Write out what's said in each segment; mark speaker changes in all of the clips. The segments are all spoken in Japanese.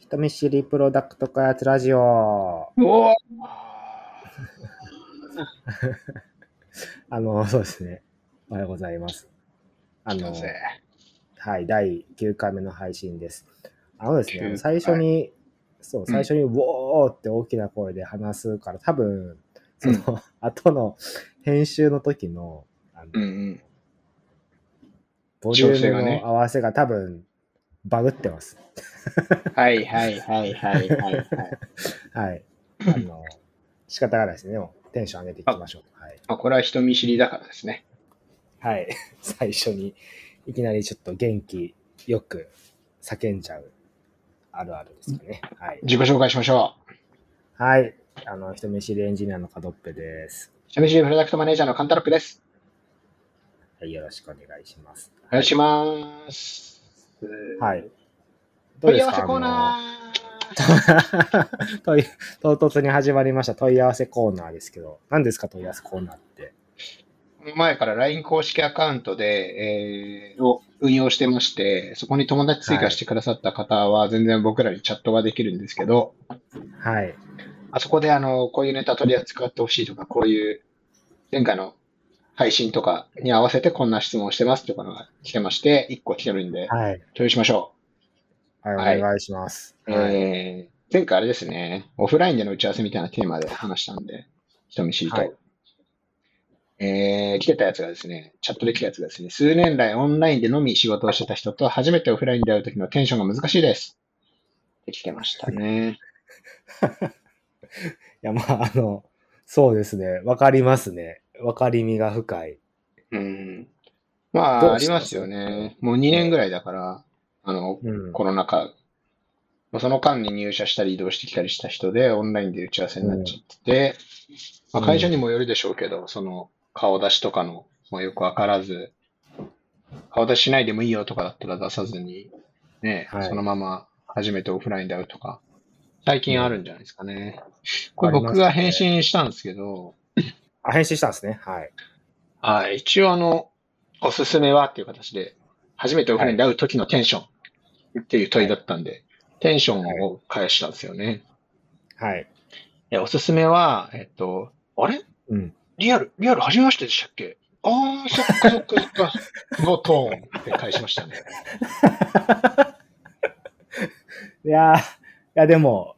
Speaker 1: 人見知りプロダクト開発ラジオ。
Speaker 2: おお
Speaker 1: あの、 そうですね。おはようございます。あの、
Speaker 2: せ。
Speaker 1: はい、第9回目の配信です。あのです
Speaker 2: 9
Speaker 1: ね、
Speaker 2: 回
Speaker 1: 最初に、そう、
Speaker 2: うん
Speaker 1: 最初に、ウォーって大きな声で話すから、多分、その、 後の編集の時の、あの
Speaker 2: うんうん。
Speaker 1: ボリュ
Speaker 2: 調整
Speaker 1: ー
Speaker 2: が
Speaker 1: ム
Speaker 2: ね
Speaker 1: の合わせが多分、バグってます。
Speaker 2: はいはいはいはいはいはい。
Speaker 1: はい。あの、仕方がないですね。でもテンション上げていきましょう。はい。
Speaker 2: まあ、これは人見知りだからですね。
Speaker 1: はい。 最初に、いきなりちょっと元気よく叫んじゃう、あるあるですかね。はい。
Speaker 2: 自己紹介しましょ
Speaker 1: はい。あの、人見知りエンジニアのカドッペです。
Speaker 2: う。人見知りプロダクトマネージャーのカンタロップです。
Speaker 1: はい。よろしくお願いします。
Speaker 2: お願いします。
Speaker 1: はい。
Speaker 2: 問い合わせコー
Speaker 1: ー
Speaker 2: ナー。
Speaker 1: 問い唐突に始まりました問い合わせコーナーですけど、何ですか問い合わせコーナーって。
Speaker 2: 前から LINE 公式アカウントで、えーを運用してまして、そこに友達追加してくださった方は、全然僕らにチャットができるんですけど、
Speaker 1: はい。
Speaker 2: あそこであの、こういうネタ取り扱ってほしいとか、こういう前回の配信とかに合わせてこんな質問してますとかのが来てまして、1個来てるんで、
Speaker 1: はい。
Speaker 2: 共有しましょ
Speaker 1: はい。お願いします。
Speaker 2: う。
Speaker 1: はい。
Speaker 2: えー、前回あれですね、オフラインでの打ち合わせみたいなテーマで話したんで、人見知りと。
Speaker 1: はい
Speaker 2: えー、来てたやつがですね、チャットで来たやつがですね、数年来オンラインでのみ仕事をしてた人と初めてオフラインで会う時のテンションが難しいです。って来てましたね。
Speaker 1: いや、まあ、あの、そうですね。わかりますね。わかりみが深い。
Speaker 2: うん。まあ、
Speaker 1: ど
Speaker 2: あ
Speaker 1: うし
Speaker 2: り
Speaker 1: た
Speaker 2: ますよね。もう2年ぐらいだから、あの、
Speaker 1: うん。
Speaker 2: コロナ禍、まあその間に入社したり移動してきたりした人で、オンラインで打ち合わせになっちゃってて、
Speaker 1: うん
Speaker 2: まあ、会社にもよるでしょうけど、その顔出しとかの、まあ、よくわからず、顔出ししないでもいいよとかだったら出さずに、ね、
Speaker 1: はい
Speaker 2: そのまま初めてオフラインで会うとか、最近あるんじゃないですかね。これ僕が返信したんですけど、
Speaker 1: あ、返信したんですね。はい。
Speaker 2: はい、一応あの、おすすめはっていう形で、初めてオフラインで会う時のテンションっていう問いだったんで、テンションを返したんですよね。
Speaker 1: はい。
Speaker 2: いやおすすめは、えっと、あれ
Speaker 1: うん。
Speaker 2: リアル、リアル初めましてでしたっけああ、そっかそっかそっ か。のトーンって返しましたね。
Speaker 1: いやー、いや、でも、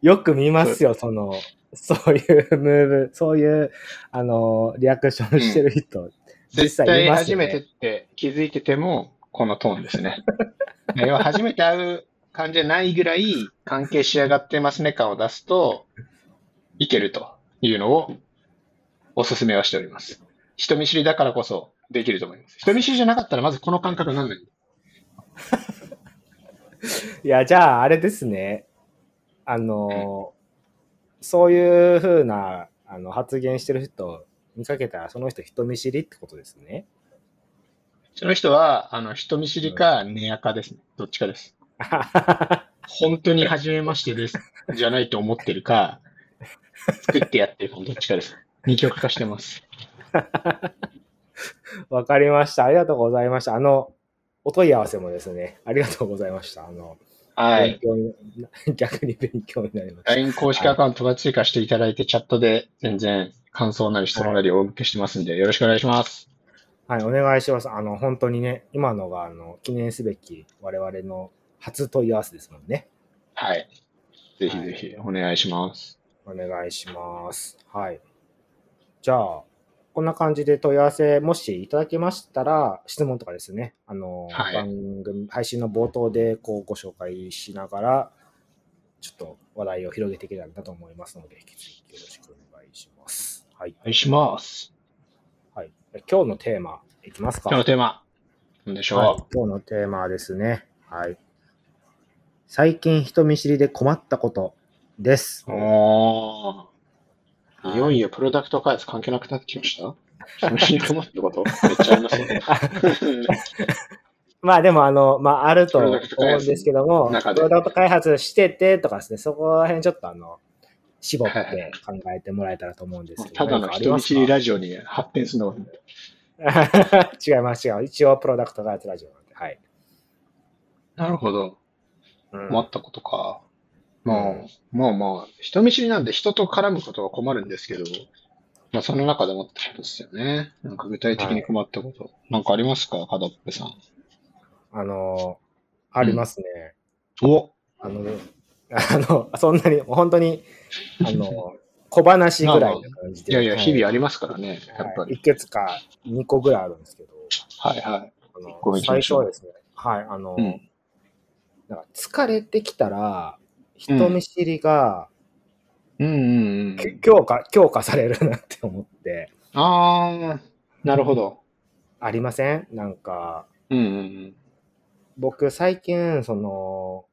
Speaker 1: よく見ますよ、その、 そういうムーブ、そういう、あの、リアクションしてる人。
Speaker 2: 絶
Speaker 1: 実際
Speaker 2: 対
Speaker 1: います
Speaker 2: 初
Speaker 1: よね
Speaker 2: めてって気づいてても、このトーンですね。要は初めて会う感じじゃないぐらい関係仕上がってますね感を出すと、いけるというのをお勧めはしております。人見知りだからこそできると思います。人見知りじゃなかったらまずこの感覚なんない。
Speaker 1: いや、じゃあ、あれですね。あの、そういうふうな、あの、発言してる人見かけたら、その人人見知りってことですね。
Speaker 2: その人は、あの、人見知りか、ネアかですね。どっちかです。本当に初めましてです。じゃないと思ってるか、作ってやってるか、どっちかです。二極化してます。
Speaker 1: わかりました。ありがとうございました。あの、お問い合わせもですね、ありがとうございました。あの、
Speaker 2: はい
Speaker 1: 勉。強に 逆に勉強になりました。
Speaker 2: LINE 公式アカウントが追加していただいて、チャットで全然感想なり質問なりお受けしてますんで、よろしくお願いします。
Speaker 1: はい、お願いします。あの、本当にね、今のが、あの、記念すべき我々の初問い合わせですもんね。
Speaker 2: はい。ぜひぜひお願いします。
Speaker 1: お願いします。はい。じゃあ、こんな感じで問い合わせ、もしいただけましたら、質問とかですね、あの、
Speaker 2: はい
Speaker 1: 番組、配信の冒頭でこうご紹介しながら、ちょっと話題を広げていけたらなと思いますので、引き続きよろしくお願いします。はい。
Speaker 2: お願いします。
Speaker 1: はい、今日のテーマ、いきますか。
Speaker 2: 今日のテーマ、なんでしょう、
Speaker 1: はい、今日のテーマはですね、はい。最近人見知りで困ったことです。
Speaker 2: おー。いよいよプロダクト開発関係なくなってきました人見知り困ったことめっちゃありますね。
Speaker 1: まあでも、あの、まああると
Speaker 2: プロ
Speaker 1: 思
Speaker 2: ダクト開
Speaker 1: うん
Speaker 2: 発
Speaker 1: ですけども、
Speaker 2: の中で
Speaker 1: プロダクト開発しててとかですね、そこら辺ちょっとあの、絞っ
Speaker 2: はいはい
Speaker 1: て考えてもらえたらと思うんですけど。
Speaker 2: ただ
Speaker 1: 何
Speaker 2: の
Speaker 1: かあり
Speaker 2: 人
Speaker 1: ま
Speaker 2: 見
Speaker 1: す
Speaker 2: 知りラジオに発展するのが
Speaker 1: か 違います、違う。一応プロダクト開発ラジオなんで、はい。
Speaker 2: なるほど。
Speaker 1: うん
Speaker 2: 思ったことか。もう、もうもう、人見知りなんで人と絡むことは困るんですけど、まあその中でもってことですよね。なんか具体的に困ったこと。なんかありますかカドッペさん。
Speaker 1: あのありますね。
Speaker 2: お
Speaker 1: あの、あの、そんなに、本当に、あの、小話ぐらいな感じ
Speaker 2: い
Speaker 1: で。
Speaker 2: やいや、日々あり
Speaker 1: ま
Speaker 2: ますからね、やっぱり。
Speaker 1: いくつか2個ぐらいあるんですけど、
Speaker 2: はいはい。
Speaker 1: あの
Speaker 2: ごめん
Speaker 1: 最初はですね、はい、あの、
Speaker 2: うん
Speaker 1: なんか疲れてきたら、人見知りが、
Speaker 2: うんうんうん。
Speaker 1: き強化、強化されるなって思って、
Speaker 2: ああ、なるほど。
Speaker 1: ありませんなんか、
Speaker 2: うんうんうん。
Speaker 1: 僕最近、その、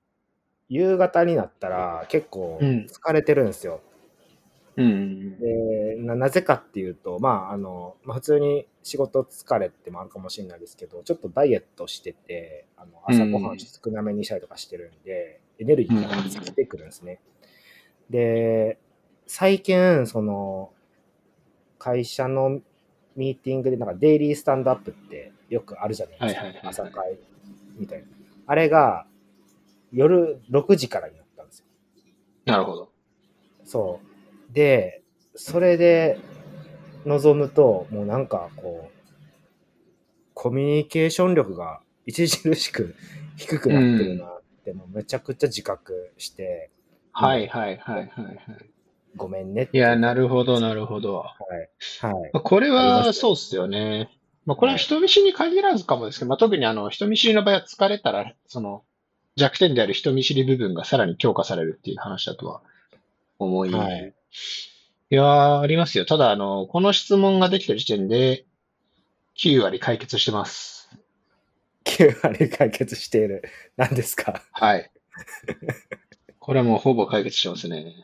Speaker 1: 夕方になったら結構
Speaker 2: うん
Speaker 1: 疲れてるんですよ。
Speaker 2: うんうん
Speaker 1: でななぜかっていうと、まああのまあ、普通に仕事疲れってもあるかもしれないですけどちょっとダイエットしててあの朝ごはん少なめにしたりとかしてるんで、エネルギーが尽きてくるんですね。で最近その会社のミーティングでなんかデイリースタンドアップってよくあるじゃないですか、
Speaker 2: はいはいはいはい
Speaker 1: 朝会みたいなあれが夜6時からになったんですよ
Speaker 2: なるほど。
Speaker 1: そう。で、それで臨むと、もうなんかこう、コミュニケーション力が著しく低くなってるなって、もうめちゃくちゃ自覚して、
Speaker 2: はいはいはいはいはい。
Speaker 1: ごめんねって
Speaker 2: いや、なるほど、なるほど。
Speaker 1: はい。はい。
Speaker 2: まあこ
Speaker 1: あ
Speaker 2: れ
Speaker 1: りま
Speaker 2: は
Speaker 1: す
Speaker 2: そうっすよね。まあ、これは人見知りに限らずかもですけど、まあ、特にあの人見知りの場合は疲れたら、その弱点である人見知り部分がさらに強化されるっていう話だとは思い。
Speaker 1: はい、
Speaker 2: いやー、ありますよ。ただ、あの、この質問ができてる時点で、9割解決してます。
Speaker 1: 9割解決している。何ですか
Speaker 2: はい。これはもうほぼ解決してますね。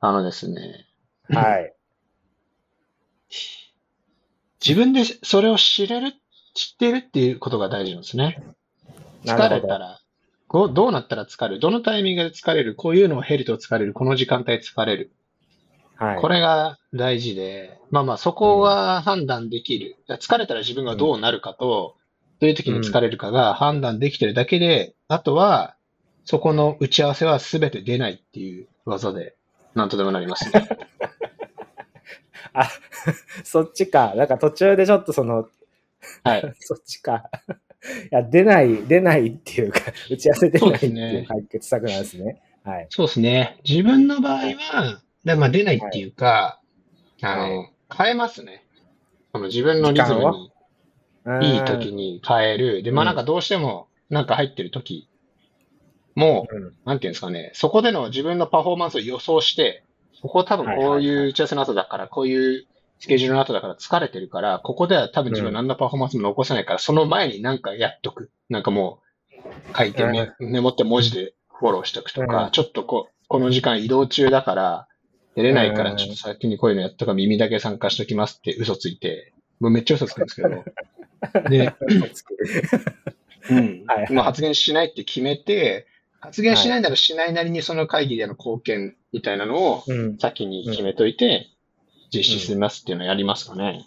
Speaker 2: あのですね、
Speaker 1: はい。
Speaker 2: 自分でそれを知れる、知っているっていうことが大事なんですね。疲
Speaker 1: な
Speaker 2: れ
Speaker 1: るほ
Speaker 2: た
Speaker 1: ど。
Speaker 2: ら、こうどうなったら疲れるどのタイミングで疲れるこういうのを減ると疲れるこの時間帯疲れる
Speaker 1: はい。
Speaker 2: これが大事で、まあまあそこは判断できる。疲れたら自分がどうなるかと、どういう時に疲れるかが判断できてるだけで、あとは、そこの打ち合わせは全て出ないっていう技で、なんとでもなりま すね。
Speaker 1: あ、そっちか。なんか途中でちょっとその、
Speaker 2: はい。
Speaker 1: そっちか。 いや、出ない、出ないっていうか、打ち合わせ出ないっていう解決策なんですね。はい。
Speaker 2: そうですね。自分の場合は、でまあ、出ないっていうか、あの、変えますね。その自分のリズム
Speaker 1: 時間
Speaker 2: にいい時に変える。で、まあ
Speaker 1: うん
Speaker 2: なんかどうしても、なんか入ってる時も
Speaker 1: うん。うん
Speaker 2: う、なんていうんですかね、そこでの自分のパフォーマンスを予想して、ここ多分こういう打ち合わせの後だから、こういうスケジュールの後だから疲れてるから、ここでは多分自分何のパフォーマンスも残せないから、その前になんかやっとく。なんかもう、書いてメ、メモって文字でフォローしておくと
Speaker 1: う
Speaker 2: か
Speaker 1: ん、
Speaker 2: ちょっとここの時間移動中だから、出れないか
Speaker 1: う
Speaker 2: ら
Speaker 1: ん
Speaker 2: ちょっと先にこういうのやっとか耳だけ参加しときますって嘘ついて、もうめっちゃ嘘つくんですけど。で、うん
Speaker 1: はい
Speaker 2: まあ、発言しないって決めて、発言しないならしないなりにその会議での貢献みたいなのを
Speaker 1: うん。
Speaker 2: 先に決めといて、実施しますっていうのをやりますかね。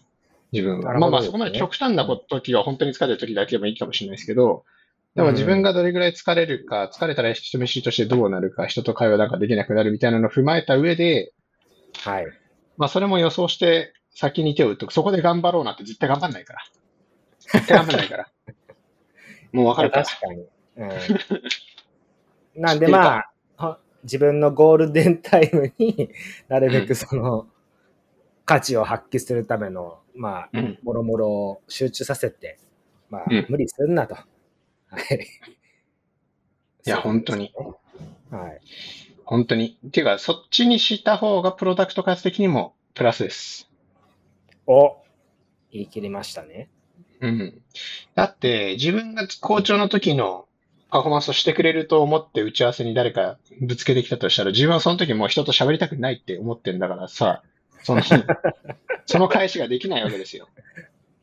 Speaker 2: 自分
Speaker 1: な
Speaker 2: は。
Speaker 1: る
Speaker 2: まあ
Speaker 1: ほど
Speaker 2: まあそこまで極端なこと時は本当に疲れてる時だけでもいいかもしれないですけど、でも自分がどれぐらい疲れるか、疲れたら人見知りとしてどうなるか、人と会話なんかできなくなるみたいなのを踏まえた上で、
Speaker 1: はい。
Speaker 2: まあそれも予想して先に手を打っとく。そこで頑張ろうなんて絶対頑張んないから。絶対頑張んない から。もうわかるから。
Speaker 1: 確かに。うん、 なんでまあ、ほ自分のゴールデンタイムに なるべくその、価値を発揮するための、まあ、
Speaker 2: うん
Speaker 1: もろもろを集中させて、まあ、
Speaker 2: うん
Speaker 1: 無理すんなと。はい。
Speaker 2: いや本当に。
Speaker 1: はい。
Speaker 2: 本当に。っていうか、そっちにした方がプロダクト開発的にもプラスです。
Speaker 1: お言い切りましたね。
Speaker 2: うん。だって、自分が好調の時のパフォーマンスをしてくれると思って打ち合わせに誰かぶつけてきたとしたら、自分はその時もう人と喋りたくないって思ってんだからさ、その、その返しができないわけですよ。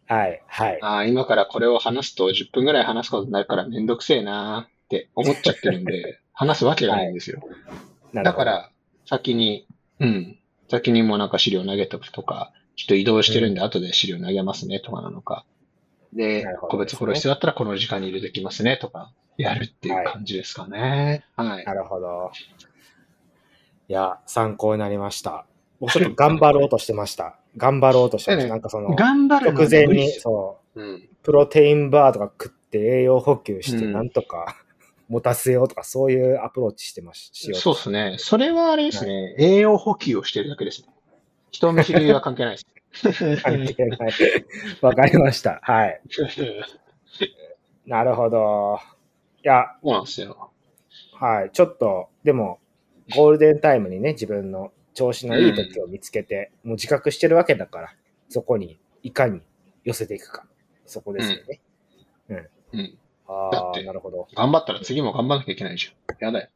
Speaker 1: はい。はい。
Speaker 2: ああ、今からこれを話すと10分ぐらい話すことになるからめんどくせえなーって思っちゃってるんで、話すわけがないんですよ。
Speaker 1: なる
Speaker 2: だ
Speaker 1: ほど
Speaker 2: から、先に、うん、先にもうなんか資料投げとくとか、ちょっと移動してるんで、後で資料投げますねとかなのか、で
Speaker 1: なる、ほど
Speaker 2: 個別フォロー必要だったらこの時間に入れてきますねとか、やるっていう感じですかね。はい。
Speaker 1: なるほど。いや、参考になりました。僕ちょっと頑張ろうとしてました。頑張ろうとしてまし
Speaker 2: ええ
Speaker 1: た。なんかその、
Speaker 2: 頑張るの
Speaker 1: 直
Speaker 2: は
Speaker 1: 前
Speaker 2: 無理
Speaker 1: に、
Speaker 2: です
Speaker 1: そ
Speaker 2: うん
Speaker 1: う、プロテインバーとか食って栄養補給して、
Speaker 2: うん
Speaker 1: なんとか持たせようとか、そういうアプローチしてまししよう
Speaker 2: そうですね。それはあれですね。栄養補給をしてるだけですね。人見知りは関係な いです。
Speaker 1: 関係ない。わかりました。はい。
Speaker 2: そ
Speaker 1: なるほど。いや、
Speaker 2: うなんですよ。
Speaker 1: はい、ちょっと、でも、ゴールデンタイムにね、自分の調子のいい時を見つけて、もう自覚してるわけだから、そこにいかに寄せていくか、そこですよね。
Speaker 2: うん。だ
Speaker 1: あ
Speaker 2: っ
Speaker 1: あ、
Speaker 2: て
Speaker 1: なるほど。
Speaker 2: 頑張ったら次も頑張らなきゃいけないでしょ。やだよ。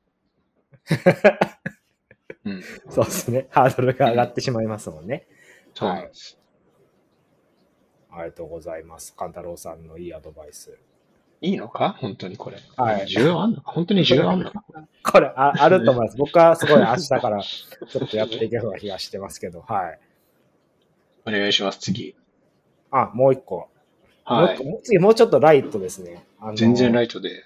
Speaker 2: うん。
Speaker 1: そうですね。ハードルが上がってしまいますもんね。
Speaker 2: そうなんです。
Speaker 1: ありがとうございます。勘太郎さんのいいアドバイス。
Speaker 2: いいのか本当にこれ。
Speaker 1: はい
Speaker 2: 需要あんのか本当に需要あんのか
Speaker 1: これあ、あると思います。僕はすごい明日からちょっとやっていけそうな気がしてますけど、はい。
Speaker 2: お願いします、次。
Speaker 1: あ、もう一個。も
Speaker 2: は
Speaker 1: う一個
Speaker 2: い。
Speaker 1: もう次、もうちょっとライトですね。あの
Speaker 2: 全然ライトで。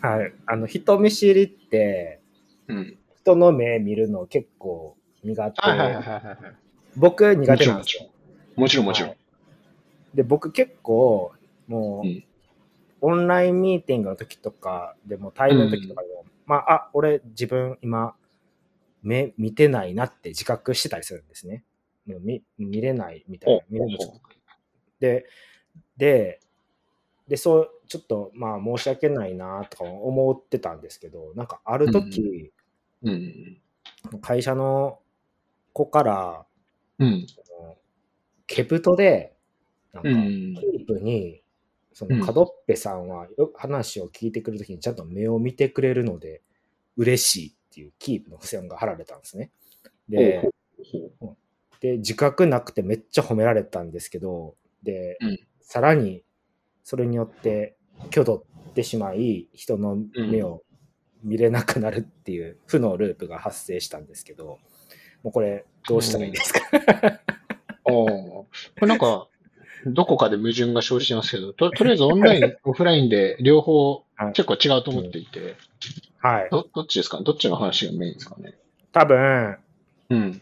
Speaker 1: はい。あの、人見知りって、
Speaker 2: うん。
Speaker 1: 人の目見るの結構苦手。
Speaker 2: はいはいはいはいはい。
Speaker 1: 僕苦手なん
Speaker 2: も
Speaker 1: です
Speaker 2: ち
Speaker 1: よ。
Speaker 2: もちろん、もちろん。
Speaker 1: はいで、僕結構、もう、
Speaker 2: うん
Speaker 1: オンラインミーティングの時とかでも、対面の時とかでも、まあ、あ、俺自分今、目見てないなって自覚してたりするんですね。もう見見れないみたいな。見れるのちょっとで、で、で、そう、ちょっと、まあ、申し訳ないなとか思ってたんですけど、なんか、ある時、
Speaker 2: うん。
Speaker 1: 会社の子から、
Speaker 2: うん。
Speaker 1: そのケプトで、なんか、
Speaker 2: う
Speaker 1: キ
Speaker 2: ん
Speaker 1: ープに、そ
Speaker 2: うん
Speaker 1: の、カドッペさんはよ話を聞いてくるときにちゃんと目を見てくれるので、嬉しいっていうキープの付箋が貼られたんですね。で、で自覚なくてめっちゃ褒められたんですけど、で、
Speaker 2: うん
Speaker 1: さらに、それによって、挙取ってしまい、人の目を見れなくなるっていう負のループが発生したんですけど、もうこれ、どうしたらいいですか、
Speaker 2: おお。これなんか、どこかで矛盾が生じてますけど、と、とりあえずオンライ ン、オフラインで両方
Speaker 1: はい
Speaker 2: 結構違うと思っていて、
Speaker 1: はい。
Speaker 2: ど、どっちですかどっちの話がメインですかね
Speaker 1: 多分、
Speaker 2: うん。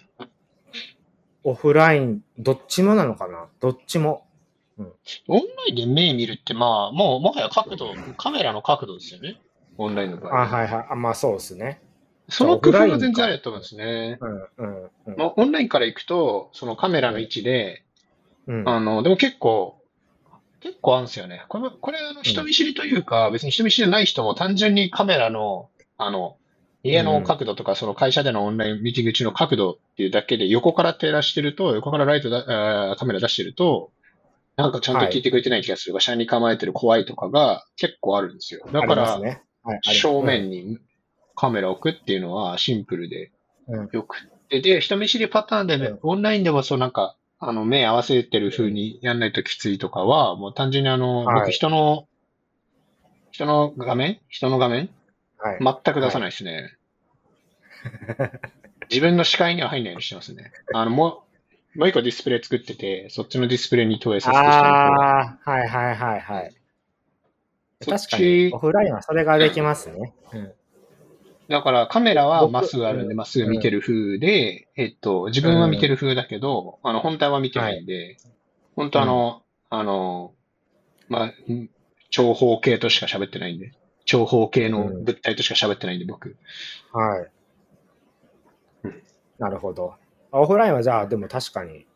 Speaker 1: オフライン、どっちもなのかなどっちも。
Speaker 2: オンラインで目見るって、まあ、もう、もはや角度、カメラの角度ですよね。オンラインの場合。
Speaker 1: あ、はいはい。あまあそうですね。
Speaker 2: その工夫は全然あると思うんですね。
Speaker 1: うんうんうん。
Speaker 2: まあ、オンラインから行くと、そのカメラの位置で、
Speaker 1: うん、
Speaker 2: あの、でも結構、結構あるんですよね。これ、これ、あの、人見知りというか、別に人見知りじゃない人も単純にカメラの、あの、家の角度とか、その会社でのオンラインミーティング中の角度っていうだけで、横から照らしてると、横からライトだ、あーカメラ出してると、なんかちゃんと聞いてくれてない気がするが、車に構えてる怖いとかが結構あるんですよ。だか
Speaker 1: あ
Speaker 2: ら
Speaker 1: ります、ねはい、あり
Speaker 2: 正面にカメラ置くっていうのはシンプルで
Speaker 1: うん
Speaker 2: よくて、で、人見知りパターンでね
Speaker 1: うん
Speaker 2: オンラインでもそうなんか、あの、目合わせてる風にやんないときついとかは、もう単純にあの、
Speaker 1: はい
Speaker 2: 僕人の、人の画面人の画面
Speaker 1: はい。
Speaker 2: 全く出さないですね。 自分の視界には入んないようにしてますね。あの、もう、もう一個ディスプレイ作ってて、そっちのディスプレイに投影させてしてる
Speaker 1: ああ、はいはいはいはい。
Speaker 2: そっち
Speaker 1: 確かに、オフラインはそれができますね。うん、
Speaker 2: だからカメラは
Speaker 1: 僕
Speaker 2: まっすぐあるん
Speaker 1: う
Speaker 2: で、
Speaker 1: ん
Speaker 2: まっすぐ見てる風で、えっと、自分は見てる風だけど、あの、本体は見てないんで、本当あの、あの、まあ、ん長方形としか喋ってないんで、長方形の
Speaker 1: うん
Speaker 2: 物体としか喋ってないんで、僕。
Speaker 1: はい
Speaker 2: うん。
Speaker 1: なるほど。あオフラインはじゃあ、でも確かに、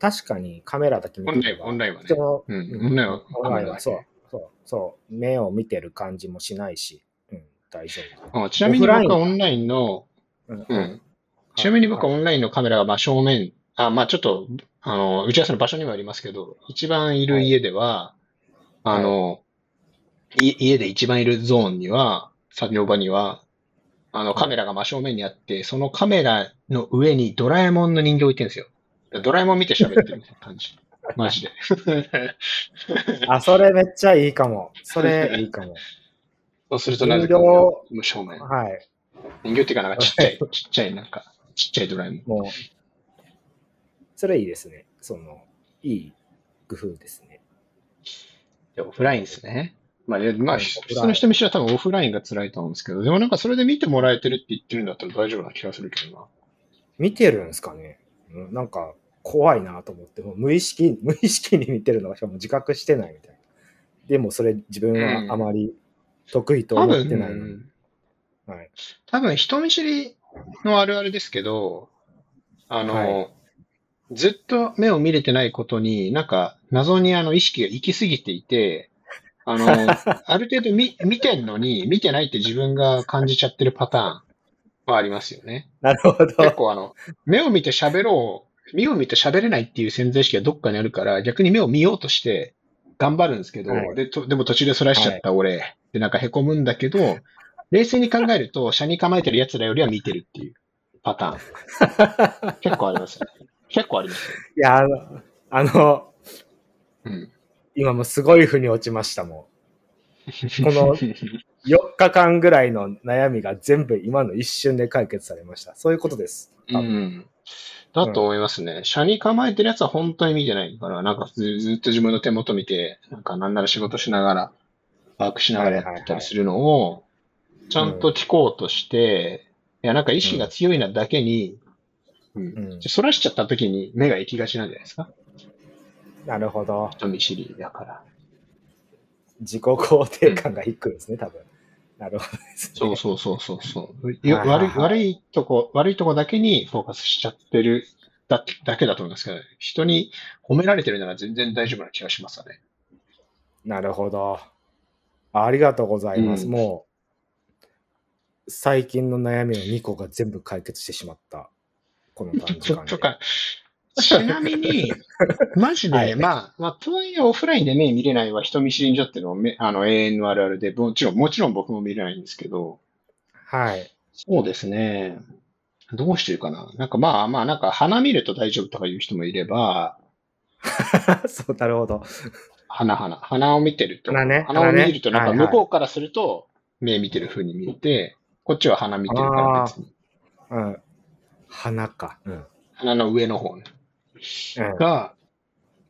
Speaker 1: 確かにカメラだけ見
Speaker 2: オ
Speaker 1: て
Speaker 2: ン
Speaker 1: れ
Speaker 2: ライン
Speaker 1: ば
Speaker 2: オンラインはね
Speaker 1: 人。の
Speaker 2: う、
Speaker 1: うんん
Speaker 2: オンラインは
Speaker 1: オンラインは、
Speaker 2: カ
Speaker 1: そ
Speaker 2: メ
Speaker 1: う、そう、そう、目を見てる感じもしないし、うん、大丈夫。
Speaker 2: ラで。あちなみに
Speaker 1: オフライン
Speaker 2: 僕はオンラインの、
Speaker 1: うん
Speaker 2: うん。ちなみに僕はオンラインのカメラがまあ正面、あまあちょっと、あの、打ち合わせの場所にもよりますけど、一番いる家では、あの、い家で一番いるゾーンには、作業場には、あの、カメラが真正面にあって、そのカメラの上にドラえもんの人形置いてるんですよ。ドラえもん見て喋ってるみたいな感 じ。マジで。
Speaker 1: あ、それめっちゃいいかも。それいい かも。
Speaker 2: そうするとなぜか、
Speaker 1: 人形
Speaker 2: 無正面。
Speaker 1: はい。
Speaker 2: 人形っていうか、なんかちっちゃい、ちっちゃい、なんか、ちっちゃいドラえもん。
Speaker 1: もう、それいいですね。その、いい工夫ですね。
Speaker 2: でオフラインですね。まあ、いやまあ、
Speaker 1: うん
Speaker 2: 普通の人見知りは多分オフラインが辛いと思うんですけど、でもなんかそれで見てもらえてるって言ってるんだったら大丈夫な気がするけどな。
Speaker 1: 見てるんですかね、うん、なんか怖いなと思って、もう無意識、 無意識に見てるのがしかも自覚してないみたいな。でもそれ自分はあまり得意と
Speaker 2: 多
Speaker 1: 思
Speaker 2: 分
Speaker 1: ってないのに、
Speaker 2: うん
Speaker 1: はい。
Speaker 2: 多分人見知りのあるあるですけど、あの、
Speaker 1: は
Speaker 2: ずっと目を見れてないことに、なんか謎にあの意識が行き過ぎていて、あ の、ある程度見見てんのに、見てないって自分が感じちゃってるパターンはありますよね。
Speaker 1: なるほ
Speaker 2: 結
Speaker 1: ど。
Speaker 2: 構あの、目を見て喋ろう、目を見て喋れないっていう潜在意識がどっかにあるから、逆に目を見ようとして頑張るんですけど、
Speaker 1: はい
Speaker 2: でとでも途中でそらしちゃった、俺。で、なんか凹むんだけど、冷静に考えると、車に構えてる奴らよりは見てるっていうパターン。 結構ありますね。結構ありますよ。
Speaker 1: いや、あの、あの
Speaker 2: うん。
Speaker 1: 今もうすごい腑に落ちましたもん。この4日間ぐらいの悩みが全部今の一瞬で解決されました。そういうことです。
Speaker 2: う
Speaker 1: 多分
Speaker 2: ん。だと思いますね。車に構えてるやつは本当に見てないから、なんかずずっと自分の手元見て、なんかなんなら仕事しながら、把握しながらやってたりするのを、ちゃんと聞こうとして、いや、なんか意識が強いなだけに、うん。
Speaker 1: うん
Speaker 2: そらしちゃった時に目が行きがちなんじゃないですか
Speaker 1: なるほど。
Speaker 2: 人見知りだから。
Speaker 1: 自己肯定感が低いですね、多分。なるほどですね。
Speaker 2: そうそうそうそうそう。よ
Speaker 1: はいはいはい
Speaker 2: 悪い、悪いとこ、悪いとこだけにフォーカスしちゃってるだだけだと思いますけど、人に褒められてるなら全然大丈夫な気がしますよね。
Speaker 1: なるほど。ありがとうございます。
Speaker 2: うん
Speaker 1: もう、最近の悩みの2個が全部解決してしまった。この短時
Speaker 2: ちょ
Speaker 1: 間
Speaker 2: っ
Speaker 1: で
Speaker 2: と。か。ちなみ に、マジで、
Speaker 1: はい
Speaker 2: まあ、まあ、とはいえオフラインで目見れないは人見知りにちゃっていうのはめあの永遠のあるあるで、もちろん、もちろん僕も見れないんですけど、
Speaker 1: はい。
Speaker 2: そうですね。どうしてるかななんかまあまあ、なんか鼻見ると大丈夫とか言う人もいれば、
Speaker 1: そう、なるほど。
Speaker 2: 鼻鼻。鼻を見てると、
Speaker 1: 鼻ね
Speaker 2: 鼻を見ると、なん
Speaker 1: 鼻
Speaker 2: か
Speaker 1: ね
Speaker 2: 向こうからすると目見てる風に見えて、こっちは鼻見てるから別に。
Speaker 1: うん。花か。うん。
Speaker 2: 鼻の上の方ね。
Speaker 1: うん
Speaker 2: が、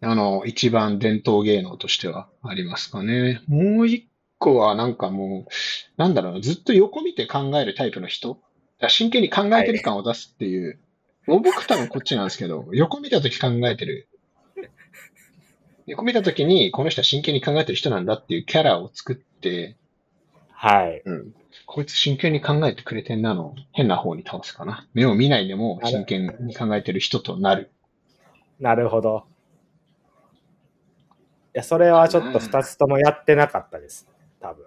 Speaker 2: あの、一番伝統芸能としてはありますかね。もう一個はなんかもう、なんだろうな、ずっと横見て考えるタイプの人。だから真剣に考えてる感を出すっていう。もう僕多分こっちなんですけど、横見たとき考えてる。横見たときに、この人は真剣に考えてる人なんだっていうキャラを作って、
Speaker 1: はい。
Speaker 2: うん。こいつ真剣に考えてくれてんなの、変な方に倒すかな。目を見ないでも真剣に考えてる人となる。
Speaker 1: なるほど。いや、それはちょっと2つともやってなかったです。多分。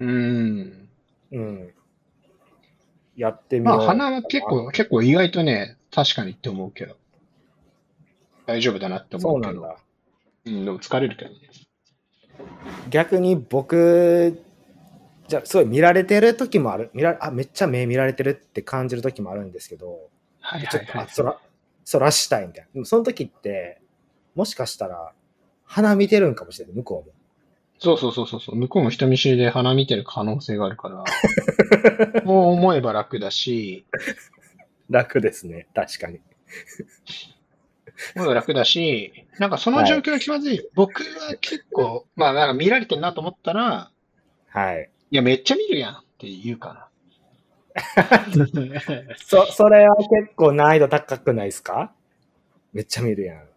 Speaker 2: うん。
Speaker 1: うん。やってみ
Speaker 2: ま
Speaker 1: よう。
Speaker 2: あ、鼻は結構、結構意外とね、確かにって思うけど。大丈夫だなって思
Speaker 1: そう
Speaker 2: う
Speaker 1: な
Speaker 2: け
Speaker 1: ん
Speaker 2: ど。
Speaker 1: だ。
Speaker 2: うんでも疲れるけどね。
Speaker 1: 逆に僕じゃあすごい見られてる時もある見らあめっちゃ目見られてるって感じる時もあるんですけど
Speaker 2: はい
Speaker 1: ち
Speaker 2: は
Speaker 1: ょ
Speaker 2: い
Speaker 1: っと、
Speaker 2: は
Speaker 1: あそらそらしたいみたいなでもその時ってもしかしたら鼻見てるんかもしれない向こうも
Speaker 2: そうそうそうそうそう。向こうも人見知りで鼻見てる可能性がある から。もう思えば楽だし、
Speaker 1: 楽ですね確かに
Speaker 2: 思えば楽だし、なんかその状況が気まずい。僕は結構、まあなんか見られてんなと思ったら、
Speaker 1: はい
Speaker 2: いや、めっちゃ見るやんって言うか な。
Speaker 1: そそれは結構難易度高くないですかめっちゃ見るやん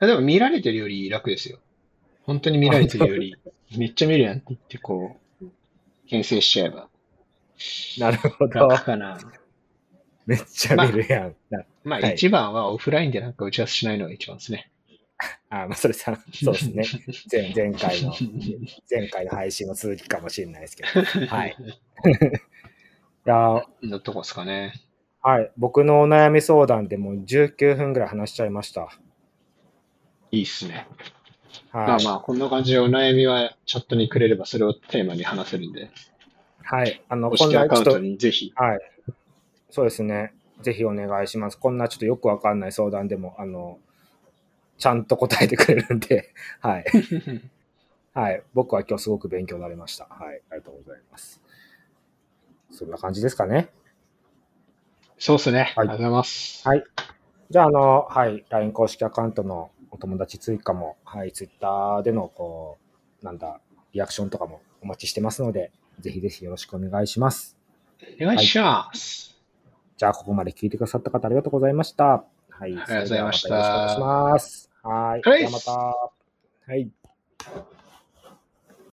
Speaker 2: でも見られてるより楽ですよ。本当に見られてる より、めっちゃ見るやんって言って、こう、牽制しちゃえば
Speaker 1: なるほど
Speaker 2: 楽かな。
Speaker 1: めっちゃ見るやん、な
Speaker 2: まあ
Speaker 1: はい
Speaker 2: 一番はオフラインでなんか打ち合わせしないのが一番ですね。
Speaker 1: あまあそれさんそうですね前前回の前回の配信の続きかもしれないですけどはい。 いやー
Speaker 2: のとこですかね。
Speaker 1: はい。僕のお悩み相談でもう19分ぐらい話しちゃいました。はい。
Speaker 2: いいっすね。まあまあ、こんな感じでお悩みはチャットにくれればそれをテーマに話せるんで、
Speaker 1: はい。あの、
Speaker 2: 公
Speaker 1: こん
Speaker 2: 式
Speaker 1: な
Speaker 2: ア
Speaker 1: ちょ
Speaker 2: カウ
Speaker 1: っ
Speaker 2: ント
Speaker 1: と、
Speaker 2: にぜひ。
Speaker 1: はい。そうですね。ぜひお願いします。こんなちょっとよくわかんない相談でも、あの、ちゃんと答えてくれるんで、 はい。はい。僕は今日すごく勉強になりました。はい。ありがとうございます。そんな感じですかね。
Speaker 2: そうっすね。あ
Speaker 1: は
Speaker 2: り
Speaker 1: い
Speaker 2: がとうございます。
Speaker 1: はいじゃあ、あの、はい、LINE 公式アカウントのお友達追加も、はい、Twitter での、こう、なんだ、リアクションとかもお待ちしてますので、ぜひぜひよろしくお願いします。
Speaker 2: お願いします。
Speaker 1: じゃあ、ここまで聞いてくださった方、ありがとうございました。はい。
Speaker 2: ありがとうございました
Speaker 1: それではまたよろしくお願いします。はい。
Speaker 2: はい
Speaker 1: じゃあまた。はい。